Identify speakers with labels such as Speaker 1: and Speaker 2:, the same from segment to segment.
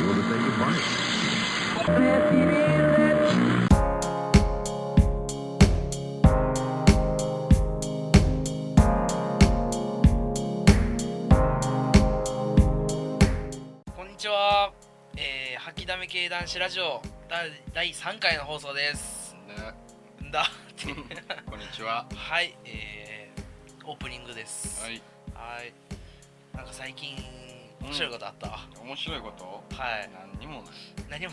Speaker 1: money.
Speaker 2: Spotify こんにちは、えー、吐きだめ系男子ラジオ第第3回の放送です
Speaker 3: ね、
Speaker 2: んだって
Speaker 3: こんにちは。
Speaker 2: はい、えー、オープニングです
Speaker 3: はい、
Speaker 2: はいなんか最近面白いことあった、
Speaker 3: 面白いこと。
Speaker 2: はい
Speaker 3: 何にもない。
Speaker 2: 何も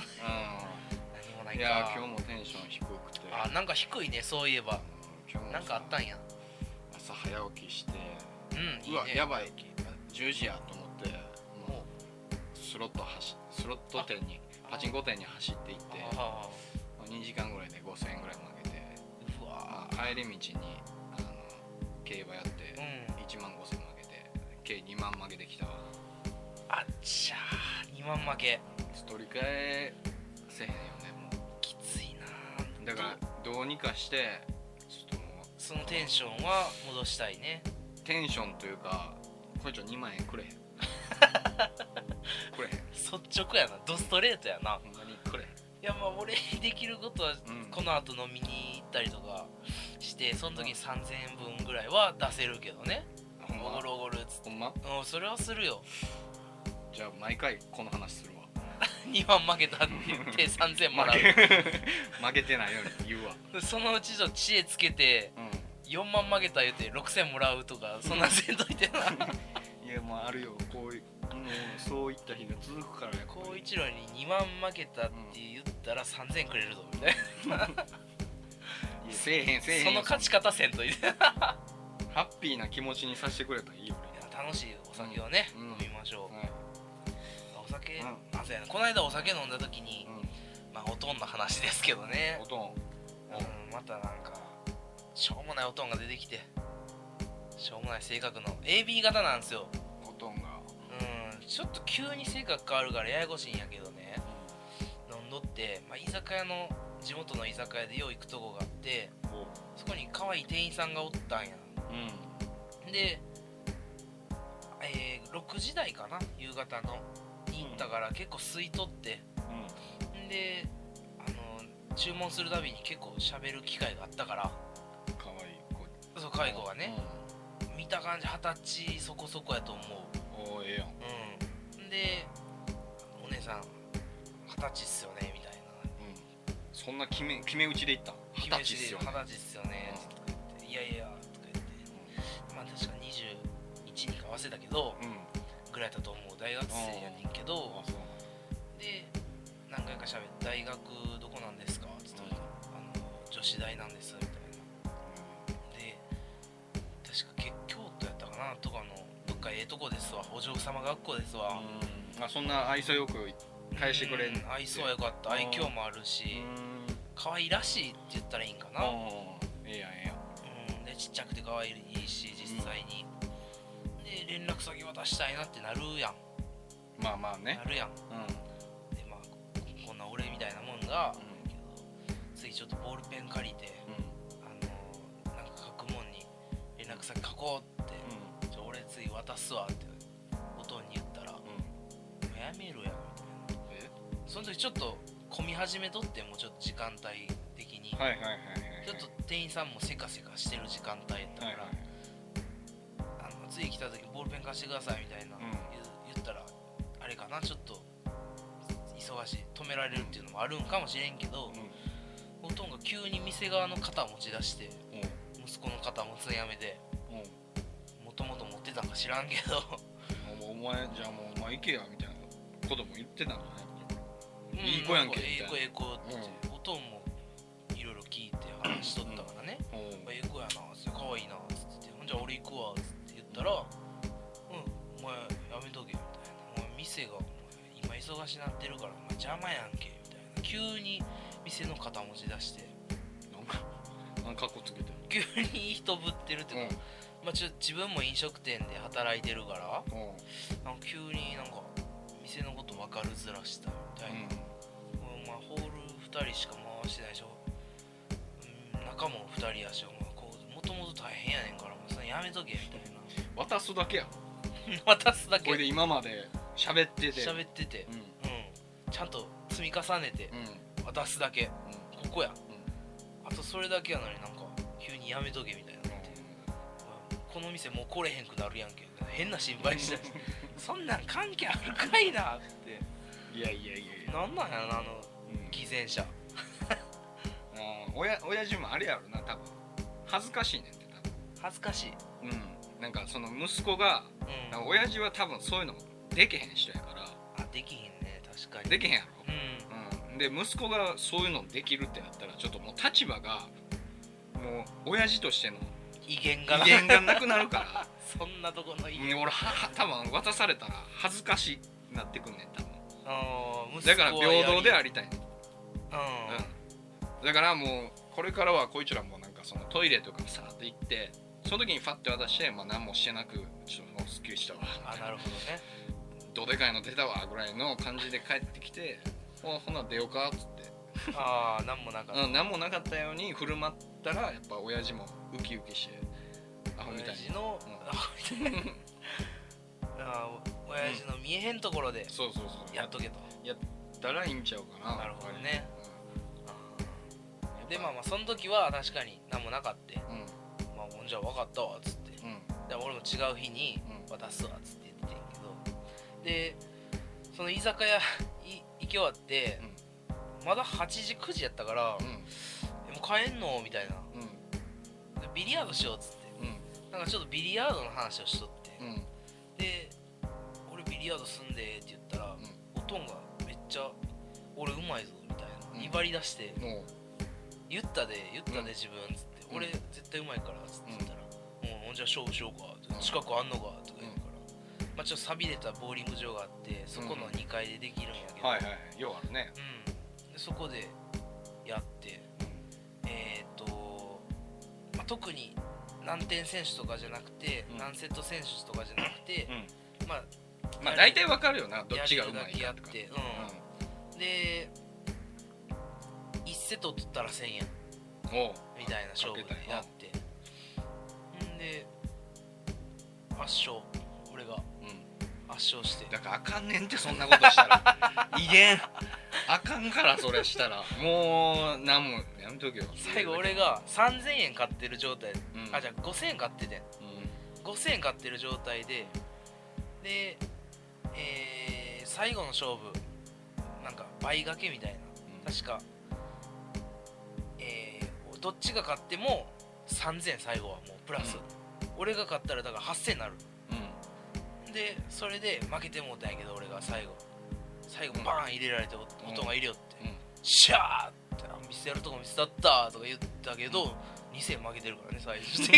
Speaker 2: 何もな
Speaker 3: う
Speaker 2: い
Speaker 3: ん。い
Speaker 2: か
Speaker 3: やー、今日もテンション低くて。
Speaker 2: あなんか低いねそういえば
Speaker 3: うん今日も
Speaker 2: なんかあったんや
Speaker 3: 朝早起きして。
Speaker 2: うんいい、
Speaker 3: う
Speaker 2: ね、
Speaker 3: わ、やばい。10時やと思って。
Speaker 2: もう
Speaker 3: もう。スロット走、スロット店に、パチンコ店に走って行って。
Speaker 2: あ
Speaker 3: 2時間ぐらいで5000円ぐらい負けて。
Speaker 2: ーうわ
Speaker 3: 帰り道に。あの。競馬やって
Speaker 2: ーう。ん
Speaker 3: 1万5000負けて。計2万負けてきたわ。
Speaker 2: あっちゃー2万負け
Speaker 3: 取り替え。せえへんよね、もう。
Speaker 2: きついなー
Speaker 3: だからどうにかしてちょっとも
Speaker 2: そのテンションは戻したいね
Speaker 3: うテンションというかこれちょ2万円くれへんくれへん
Speaker 2: 率直やなドストレートやな
Speaker 3: ほんまにくれへん
Speaker 2: いやまあ俺にできることは
Speaker 3: うん
Speaker 2: この後飲みに行ったりとかしてその時に3000円分ぐらいは出せるけどね
Speaker 3: ほん
Speaker 2: おご
Speaker 3: ま
Speaker 2: るおごるっつって
Speaker 3: ほんま
Speaker 2: うんそれはするよ
Speaker 3: じゃあ毎回この話するわ
Speaker 2: 2万負けたって言って3000円もら
Speaker 3: 負け 負けてないように言うわ
Speaker 2: うそのうちちょっと知恵つけて
Speaker 3: う
Speaker 2: 4万負けた言うて6000もらうとかそんなんせんといてな
Speaker 3: んいやもうあるよこういうもうそういった日が続くからやっぱり
Speaker 2: 光一郎に2万負けたって言ったら3000くれるぞみたい
Speaker 3: いやせえへんせえへん
Speaker 2: なその勝ち方せんといて いや
Speaker 3: ハッピーな気持ちにさせてくれたらいいよね
Speaker 2: 楽しいお酒をね
Speaker 3: うん
Speaker 2: 飲みましょう
Speaker 3: はい
Speaker 2: お酒
Speaker 3: うん
Speaker 2: あそうやなこの間お酒飲んだ時に
Speaker 3: う
Speaker 2: まあおとんの話ですけどね
Speaker 3: んおとん
Speaker 2: うんまたなんかしょうもないおとんが出てきてしょうもない性格の AB 型なんですよ
Speaker 3: おとんが
Speaker 2: うんちょっと急に性格変わるからややこしいんやけどね飲んどって、まあ、居酒屋の地元の居酒屋でよう行くとこがあって
Speaker 3: お
Speaker 2: そこに可愛い店員さんがおったんや
Speaker 3: うん
Speaker 2: で、えー6時台かな夕方のに行ったから結構吸い取って
Speaker 3: うん
Speaker 2: んであの注文するたびに結構喋る機会があったから
Speaker 3: かわいい子
Speaker 2: そう介護がね、
Speaker 3: うん
Speaker 2: 見た感じ二十歳そこそこやと思う
Speaker 3: おーええやん
Speaker 2: うんでお姉さん二十歳っすよねみたいな
Speaker 3: そんな決め決め打ちでいったん二十歳っすよ、ね
Speaker 2: 二、十歳っすよね」とか言って「いやいや」とか言ってまあ確か21にか忘れたけど
Speaker 3: うん
Speaker 2: ぐらいだと思う大学生やねんけ
Speaker 3: あ
Speaker 2: ど
Speaker 3: そう
Speaker 2: で何回か喋って「大学どこなんですか?」っつったら
Speaker 3: うん
Speaker 2: あの「女子大なんです」みたいなで確かけ京都やったかなとかのどっかええとこですわお嬢様学校ですわ
Speaker 3: なんだうんあそんな愛想よく返してくれん
Speaker 2: うん愛想よかった愛嬌もある
Speaker 3: う
Speaker 2: し
Speaker 3: ん
Speaker 2: 可愛らしいって言ったらいいんかな
Speaker 3: あーええやんええやん
Speaker 2: うん、でちっちゃくて可愛いし実際に、で連絡先渡したいなってなるやん
Speaker 3: まあまあね
Speaker 2: なるやん
Speaker 3: うんうん
Speaker 2: でまあここんな俺みたいなもんが、けど次ちょっとボールペン借りてあのーなんか書くもんに連絡先書こうって、じゃあ俺次渡すわって音に言ったら「も
Speaker 3: うん
Speaker 2: うやめろや」みたいな
Speaker 3: え
Speaker 2: その時ちょっと混み始めとってもうちょっと時間帯的に、
Speaker 3: はいはいはいはいはい
Speaker 2: ちょっと店員さんもせかせかしてる時間帯やったか
Speaker 3: は
Speaker 2: ら、
Speaker 3: いはい
Speaker 2: あの次来た時ボールペン貸してくださいみたいな、
Speaker 3: うん
Speaker 2: 言う言ったらあれかなちょっと忙しい止められるっていうのもあるんかもしれんけど、
Speaker 3: う
Speaker 2: ほとんど急に店側の肩を持ち出して
Speaker 3: ん
Speaker 2: 息子の肩持つのやめて
Speaker 3: うんうん
Speaker 2: もともと持ってたんか知らんけど
Speaker 3: おお前じゃあもうお前行けやみたいなことも言ってたんじゃない
Speaker 2: うん
Speaker 3: いい子やんけ
Speaker 2: なかええ子
Speaker 3: み
Speaker 2: ええ子って言って、おとんもいろいろ聞いて話しとったからね、
Speaker 3: おう
Speaker 2: ええ子やなつって可愛いなつってほんじゃ俺行くわつって言ったら「うんお前やめとけ」みたいな「お前店がお前今忙しなってるからお前邪魔やんけ」みたいな急に店の肩持ち出して
Speaker 3: なんかなんかかっこつけて
Speaker 2: 急にいい人ぶってるっていうか、まあ、ちょ自分も飲食店で働いてるから
Speaker 3: うんうん
Speaker 2: なんか急になんか店のこと分かるづらしたみたいな、お前ホール2人しか回してないでしょ、うん、中も2人やしお前こうもともと大変やねんからもうそれやめとけみたいな
Speaker 3: 渡すだけや
Speaker 2: 渡すだけ
Speaker 3: これで今まで喋ってて
Speaker 2: 喋ってて
Speaker 3: う、ん
Speaker 2: うん、ちゃんと積み重ねて渡すだけここやあとそれだけやのになんか急にやめとけみたいなってこの店もう来れへんくなるやんけ変な心配し だしてそんなん関係あるかいなって
Speaker 3: いやいやいやいや、
Speaker 2: なんなんやろなあの
Speaker 3: うん
Speaker 2: 偽善者
Speaker 3: あー親親父もあれやろな多分恥ずかしいねんって
Speaker 2: 恥ずかしい、
Speaker 3: 多分、うん、なんかその息子が
Speaker 2: うん、
Speaker 3: なんか親父は多分そういうのできへん人やか
Speaker 2: あできひんね確からに
Speaker 3: できへんや
Speaker 2: う
Speaker 3: ろ、
Speaker 2: ん
Speaker 3: うん、で息子がそういうのできるってなったらちょっともう立場がもう親父としての
Speaker 2: 威厳がな
Speaker 3: 威厳がなくなるから
Speaker 2: そんなとこの威
Speaker 3: うん
Speaker 2: 厳
Speaker 3: 俺はは多分渡されたら恥ずかしくなってくんねん多分
Speaker 2: あー息子
Speaker 3: だから
Speaker 2: はやり
Speaker 3: 平等でありたいねん
Speaker 2: うん、
Speaker 3: うん、だからもうこれからはこいつらもなんかそのトイレとかさーって行ってその時にファッて渡して、まあ、何もしてなくちょっともうすっきりしたわ
Speaker 2: あなるほどね
Speaker 3: どでかいの出たわぐらいの感じで帰ってきてほほな出ようかっつって、
Speaker 2: ああなんもなかった、
Speaker 3: うん、何もなかったように振る舞ったらやっぱ親父もウキウキしてアホみた
Speaker 2: 親
Speaker 3: いに
Speaker 2: 父の、
Speaker 3: うん
Speaker 2: アホみたいなあー 親父の見えへんところで
Speaker 3: そうそうそう
Speaker 2: やっとけと、
Speaker 3: ったらいいんちゃうかな
Speaker 2: なるほどね、
Speaker 3: うんやっぱ
Speaker 2: でまあまあその時は確かに何もなかった
Speaker 3: うん
Speaker 2: まあほんじゃ分かったわっつって
Speaker 3: うん
Speaker 2: で俺も違う日に
Speaker 3: うん
Speaker 2: 渡すわっつって言ってんけどでその居酒屋い行き終わって、まだ8時9時やったから、
Speaker 3: うん
Speaker 2: えもう帰んのみたいな
Speaker 3: うん
Speaker 2: でビリヤードしようっつって
Speaker 3: うん
Speaker 2: なんかちょっとビリヤードの話をしとって、
Speaker 3: うん
Speaker 2: で「俺ビリヤードすんで」って言ったら、おとんがめっちゃ「俺うまいぞ」みたいな、
Speaker 3: うん
Speaker 2: 威張り出して
Speaker 3: もう
Speaker 2: 「言ったで言ったで、
Speaker 3: うん
Speaker 2: 自分」っつって「
Speaker 3: うん
Speaker 2: 俺絶対うまいから」っつって
Speaker 3: うん
Speaker 2: 言ったら「もうほんじゃ勝負しようか」
Speaker 3: うん
Speaker 2: 近くあんのか」とか言うから、まあ、ちょっと寂れたボーリング場があってそこの2階でできるんやけど、
Speaker 3: はいはいはいようあるね
Speaker 2: うん、でそこでやってえー、と、まあ、特に何点選手とかじゃなくて、
Speaker 3: うん
Speaker 2: 何セット選手とかじゃなくて、
Speaker 3: うん
Speaker 2: まあ
Speaker 3: まあ大体わかるよなどっちがうまい
Speaker 2: や
Speaker 3: か
Speaker 2: るだ
Speaker 3: とか
Speaker 2: けやってうんで1セット取ったら1000円
Speaker 3: うんおう
Speaker 2: みたいな勝負で
Speaker 3: かけたよ
Speaker 2: やってんで圧勝俺が
Speaker 3: うん
Speaker 2: 圧勝して
Speaker 3: だからあかんねんってそんなことした ら威厳あかんからそれしたらもうなんもやめとけよ
Speaker 2: 最後俺が3000円買ってる状態、
Speaker 3: うん
Speaker 2: あじゃあ5000円買っててん
Speaker 3: う
Speaker 2: 5000円買ってる状態でで、えー最後の勝負なんか倍掛けみたい
Speaker 3: ん
Speaker 2: な確か、えーどっちが勝っても3000最後はもうプラス、
Speaker 3: うん
Speaker 2: 俺が勝ったらだから8000になる
Speaker 3: う
Speaker 2: でそれで負けてもうたんやけど俺が最後最後バーン入れられてお
Speaker 3: うん
Speaker 2: 音が入れよって、
Speaker 3: んうん
Speaker 2: シャーってあ見せやるとこ見せたったとか言ったけど、2000負けてるからね最初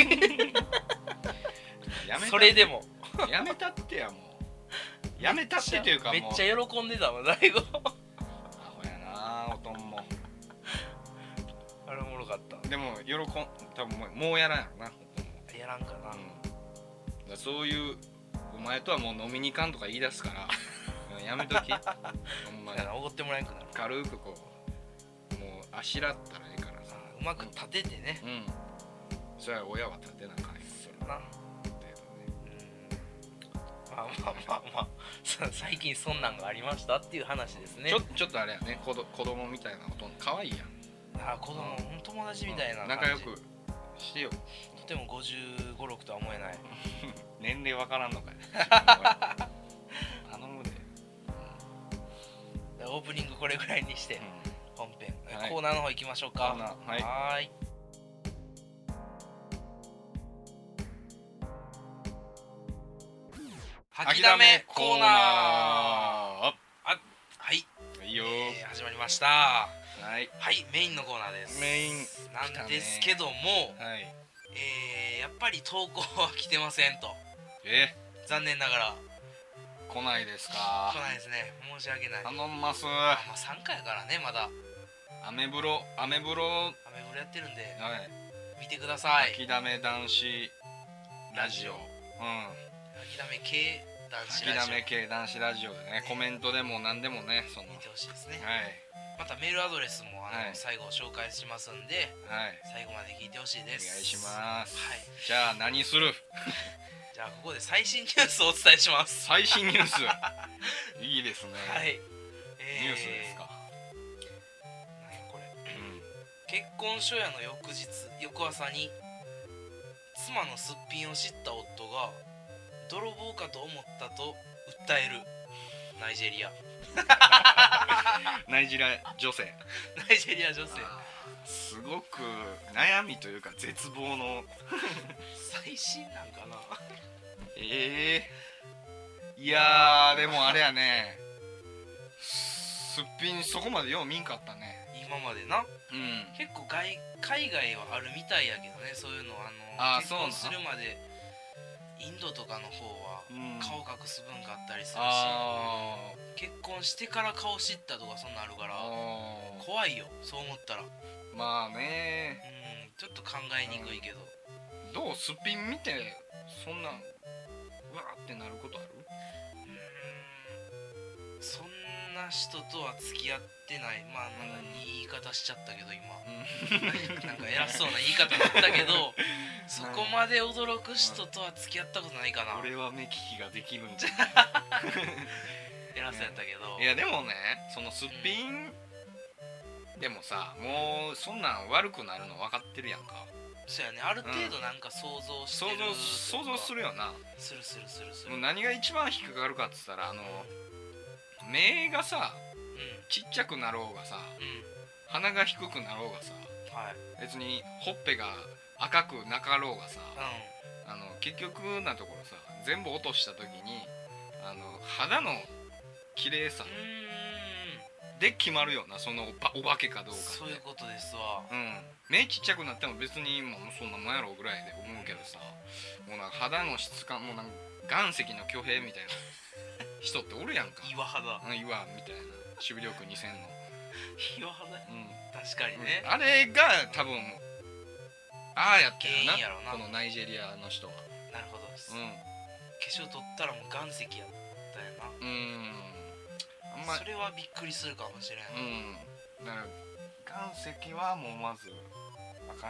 Speaker 3: やめた
Speaker 2: それでも
Speaker 3: やめたってやもうやめたってというか
Speaker 2: めっ
Speaker 3: もう
Speaker 2: ちゃ喜んでたわ最後
Speaker 3: アホやなおとんも
Speaker 2: あれおもろかった
Speaker 3: でも喜ん多分もうもうやらんやろなおとんも
Speaker 2: やらんかな、
Speaker 3: だからそういうお前とはもう飲みに行かんとか言い出すから やめときほんまに
Speaker 2: だからおごってもらえんくなる
Speaker 3: 軽くこうもうあしらったらいいからさ
Speaker 2: うまく立ててね、
Speaker 3: うんそれは親は立てなあかんよ
Speaker 2: そうなうんまあまあまあまあ そう最近そんなんがありましたっていう話ですね
Speaker 3: ちょちょっとあれやね子ど子供みたいなこと可愛いやん
Speaker 2: あ子供、
Speaker 3: うん
Speaker 2: ほんと友達みたいな
Speaker 3: うん
Speaker 2: 感
Speaker 3: 仲
Speaker 2: じ、
Speaker 3: 良くしてよ
Speaker 2: とても5 5 6とは思えない
Speaker 3: 年齢わからん のかい頼むで、
Speaker 2: オープニングこれぐらいにして
Speaker 3: う
Speaker 2: 本編、
Speaker 3: はい
Speaker 2: コーナーの方行きましょうか
Speaker 3: ん、かなはい
Speaker 2: はーい。吐きだめコーナー。はい、
Speaker 3: ーいいよ、
Speaker 2: えー始まりました。は
Speaker 3: はい
Speaker 2: い、メインのコーナーです。
Speaker 3: メイン
Speaker 2: なんですけども、
Speaker 3: はい
Speaker 2: えーやっぱり投稿は来てませんと。
Speaker 3: え
Speaker 2: 残念ながら
Speaker 3: 来ないです
Speaker 2: 来
Speaker 3: か
Speaker 2: ないですね。申し訳ない。あ
Speaker 3: 頼んます
Speaker 2: まあ3回やからね、まだ。
Speaker 3: アメブロアメブロは
Speaker 2: アメブロやってるんで、
Speaker 3: い
Speaker 2: 見てください。
Speaker 3: 吐きだめ男子ラジオうん
Speaker 2: 諦め系男
Speaker 3: 吐
Speaker 2: 子
Speaker 3: き
Speaker 2: ラ
Speaker 3: だ
Speaker 2: ジオ
Speaker 3: め系男子ラジオでねコメントでも何でもねその
Speaker 2: 見てほしいですね。
Speaker 3: はい
Speaker 2: またメールアドレスもあの、
Speaker 3: はい
Speaker 2: 最後紹介しますんで
Speaker 3: はい
Speaker 2: 最後まで聞いてほしい
Speaker 3: お願
Speaker 2: で
Speaker 3: い
Speaker 2: す
Speaker 3: し
Speaker 2: は
Speaker 3: ます
Speaker 2: い
Speaker 3: じゃあ何する
Speaker 2: じゃあ ここで最新ニュースをお伝えします
Speaker 3: 最新ニュースいいですね
Speaker 2: はい、え
Speaker 3: ニュースですか、
Speaker 2: なんやこれ結婚初夜の翌日翌朝に妻のすっぴんを知った夫が泥棒かと思ったと訴えるナイジェリア
Speaker 3: うんナイジェリア女性
Speaker 2: ナイジェリア女性
Speaker 3: すごく悩みというか絶望の
Speaker 2: 最新なんかな
Speaker 3: ええいやーでもあれやねすっぴんそこまでよう見んかったね
Speaker 2: 今までな
Speaker 3: うん
Speaker 2: 結構外海外はあるみたいやけどねそういうのあの
Speaker 3: あー
Speaker 2: 結婚す
Speaker 3: そう
Speaker 2: る
Speaker 3: な
Speaker 2: までインドとかの方は
Speaker 3: うん
Speaker 2: 顔隠す文化あったりする
Speaker 3: あ
Speaker 2: し、結婚してから顔知ったとかそんなんあるか
Speaker 3: ー
Speaker 2: ら
Speaker 3: あ
Speaker 2: 怖いよそう思ったらうん
Speaker 3: ーまあね
Speaker 2: ちょっと考えにくいけど
Speaker 3: どうすっぴん見てそんなうわーってなることある
Speaker 2: うんそんな人とは付き合ってないまあなんかいい言い方しちゃったけど今なんか偉そうな言い方だったけ どそこまで驚く人とは付き合ったことないかな
Speaker 3: 俺は目利きができるんじゃ
Speaker 2: 偉そうやったけど
Speaker 3: いやでもねそのすっぴん、でもさもうそんなん悪くなるの分かってるやんか
Speaker 2: そうやねある程度なんか想像して
Speaker 3: 想
Speaker 2: る
Speaker 3: 像想像す
Speaker 2: る
Speaker 3: るよな
Speaker 2: するするするする
Speaker 3: もう
Speaker 2: うん
Speaker 3: 何が一番引っかかるかっつったらあの目がさ
Speaker 2: う
Speaker 3: ちっちゃくなろうがさ
Speaker 2: ん
Speaker 3: 鼻が低くなろうがさ
Speaker 2: はい
Speaker 3: 別にほっぺが赤くなかろうがさ
Speaker 2: う
Speaker 3: あの結局なところさ全部落とした時にあの肌の綺麗さ
Speaker 2: んう
Speaker 3: で決まるよなそのおばお化けかどう
Speaker 2: ーん
Speaker 3: かって
Speaker 2: そういうことですわ
Speaker 3: うん、目ちっちゃくなっても別にもうそんなもんやろぐらいで思うけどさもうなんか肌の質感もうなんか岩石の巨兵みたいな人っておる やんか
Speaker 2: 岩肌
Speaker 3: うん岩みたいな守備力2000の、
Speaker 2: 岩肌
Speaker 3: うん
Speaker 2: 確かにね
Speaker 3: あれが多分ああやって
Speaker 2: 原因や
Speaker 3: や
Speaker 2: ろな
Speaker 3: なこのナイジェリアの人は
Speaker 2: なるほどです
Speaker 3: う
Speaker 2: 化
Speaker 3: ん
Speaker 2: 粧取ったらもう岩石やったよな
Speaker 3: うんあんま
Speaker 2: それはびっくりするかもしれん
Speaker 3: うんだから岩石はもうまず